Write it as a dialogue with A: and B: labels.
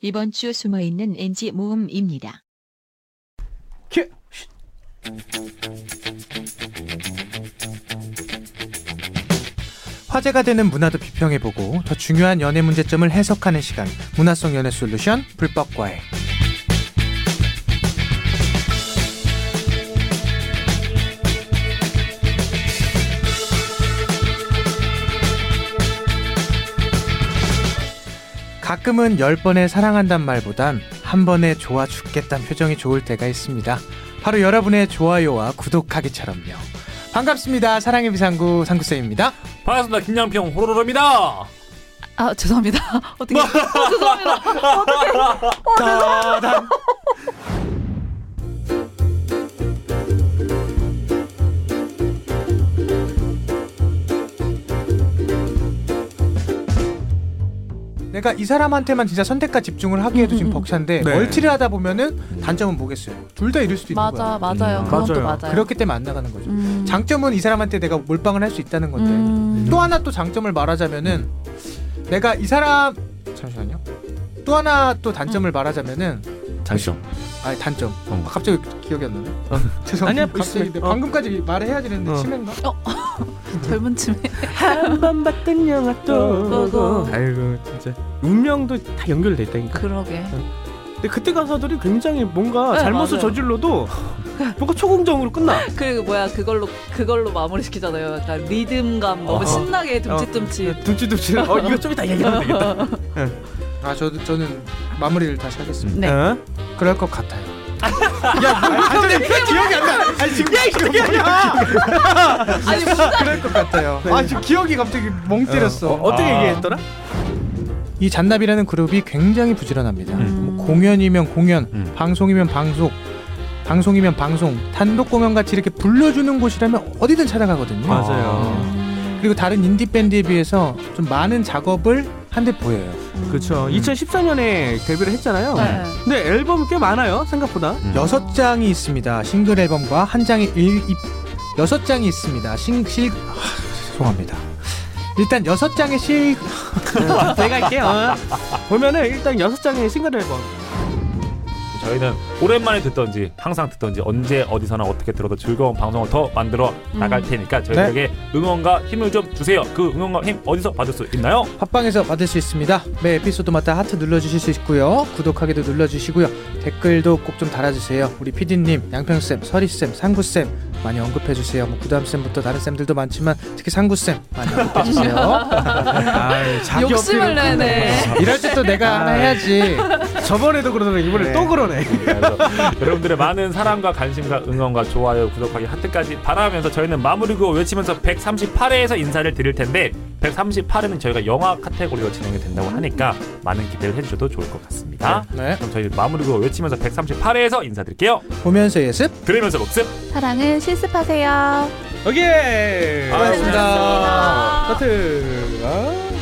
A: 이번 주 숨어있는 NG 모음입니다.
B: 큐. 화제가 되는 문화도 비평해보고 더 중요한 연애 문제점을 해석하는 시간 문화성 연애 솔루션 불법과외 가끔은 열번의 사랑한단 말보단 한 번에 좋아 죽겠다는 표정이 좋을 때가 있습니다. 바로 여러분의 좋아요와 구독하기처럼요. 반갑습니다. 사랑의 비상구 상구쌤입니다.
C: 반갑습니다. 김양평 호로로입니다.
D: 아 죄송합니다. 어떻게? 어, 죄송합니다.
B: 따단. 내가 이 사람한테만 진짜 선택과 집중을 하기에도
D: 음,
B: 지금
D: 음, 음.
B: 벅찬데
C: 네.
B: 멀티를 하다 보면은 단점은 뭐겠어요? 둘 다 이럴 수도 있는
D: 맞아
B: 거야.
D: 맞아요.
C: 음,
D: 그건 또
C: 맞아요.
D: 맞아요.
B: 그렇기 때문에 안 나가는 거죠.
D: 음,
B: 장점은 이 사람한테 내가 몰빵을 할 수 있다는 건데
D: 음,
B: 또 하나 또 장점을 말하자면은 내가 이 사람 잠시만요. 또 하나 또
D: 음.
B: 단점을 말하자면은
C: 장시영.
B: 아니 단점.
C: 어.
B: 갑자기 기억이 안 나네. 죄송합니다. 그
C: 아니야,
B: 갑자기
C: 있으면-
B: 근데
C: 어.
B: 방금까지 말을 해야 되는데
C: 어.
B: 치매인가?
D: 젊은 층에
E: 한번 봤던 영화 또 보고 아이고 진짜 운명도 다 연결돼 있다니까
D: 그러게.
E: 근데 그때 가사들이 굉장히 뭔가
D: 네,
E: 잘못을
D: 맞아요.
E: 저질러도 뭔가 초공정으로 끝나
D: 그리고 뭐야 그걸로 그걸로 마무리시키잖아요. 약간 리듬감 너무
E: 어.
D: 신나게 듬칫듬칫.
E: 둠칫둠칫 어 이거 좀 이따 얘기하면 되겠다
B: 아, 저 저는 마무리를 다시 하겠습니다.
D: 네.
E: 어?
B: 그럴 것 같아요. 야, 뭐, 갑자기 기억이 안 나. 아니 지금 기억이 안 나.
D: 아니 무슨
B: 그럴 것 같아요. 아, 지금 기억이 갑자기 멍 때렸어.
E: 어, 어떻게
C: 아.
E: 얘기했더라?
B: 이 잔납이라는 그룹이 굉장히 부지런합니다.
D: 음.
B: 뭐 공연이면 공연,
C: 음.
B: 방송이면 방송, 방송이면 방송, 단독 공연 같이 이렇게 불러주는 곳이라면 어디든 찾아가거든요. 어.
E: 맞아요.
B: 그리고 다른 인디 밴드에 비해서 좀 많은 작업을 한 데 보여요.
E: 그렇죠 2014년에 데뷔를 했잖아요
D: 네.
E: 근데 앨범 꽤 많아요 생각보다
B: 여섯 장이 있습니다. 싱글 앨범과 한 장이 일, 입, 여섯 장이 있습니다. 싱, 실, 아, 죄송합니다. 일단 여섯 장의 실,
D: 아,
E: 제가 할게요 네. 어. 보면은 일단 여섯 장의 싱글 앨범
C: 저희는 오랜만에 듣던지 항상 듣던지 언제 어디서나 어떻게 들어도 즐거운 방송을 더 만들어 나갈 테니까 저희에게 응원과 힘을 좀 주세요. 그 응원과 힘 어디서 받을 수 있나요?
B: 팟빵에서 받을 수 있습니다. 매 에피소드마다 하트 눌러주실 수 있고요. 구독하기도 눌러주시고요. 댓글도 꼭 좀 달아주세요. 우리 피디님, 양평쌤, 서리쌤, 상구쌤 많이 언급해주세요. 뭐 구담쌤부터 다른 쌤들도 많지만 특히 상구쌤 많이 언급해주세요.
E: 아,
D: 욕심을 내네.
B: 이럴 때 또 내가 하나 해야지.
E: 저번에도 그러더니 이번에
B: 네.
E: 또 그러네
C: 그래서 여러분들의 많은 사랑과 관심과 응원과 좋아요, 구독하기, 하트까지 바라면서 저희는 마무리 그어 외치면서 138회에서 인사를 드릴 텐데 138회는 저희가 영화 카테고리로 진행이 된다고 하니까 많은 기대를 해주셔도 좋을 것
D: 아.
C: 같습니다.
B: 네.
C: 그럼 저희 마무리 그어 외치면서 138회에서 인사드릴게요.
B: 보면서 예습.
C: 들으면서 복습.
F: 사랑은 실습하세요.
D: 아,
E: 오케이
C: 고맙습니다.
E: 하트 아.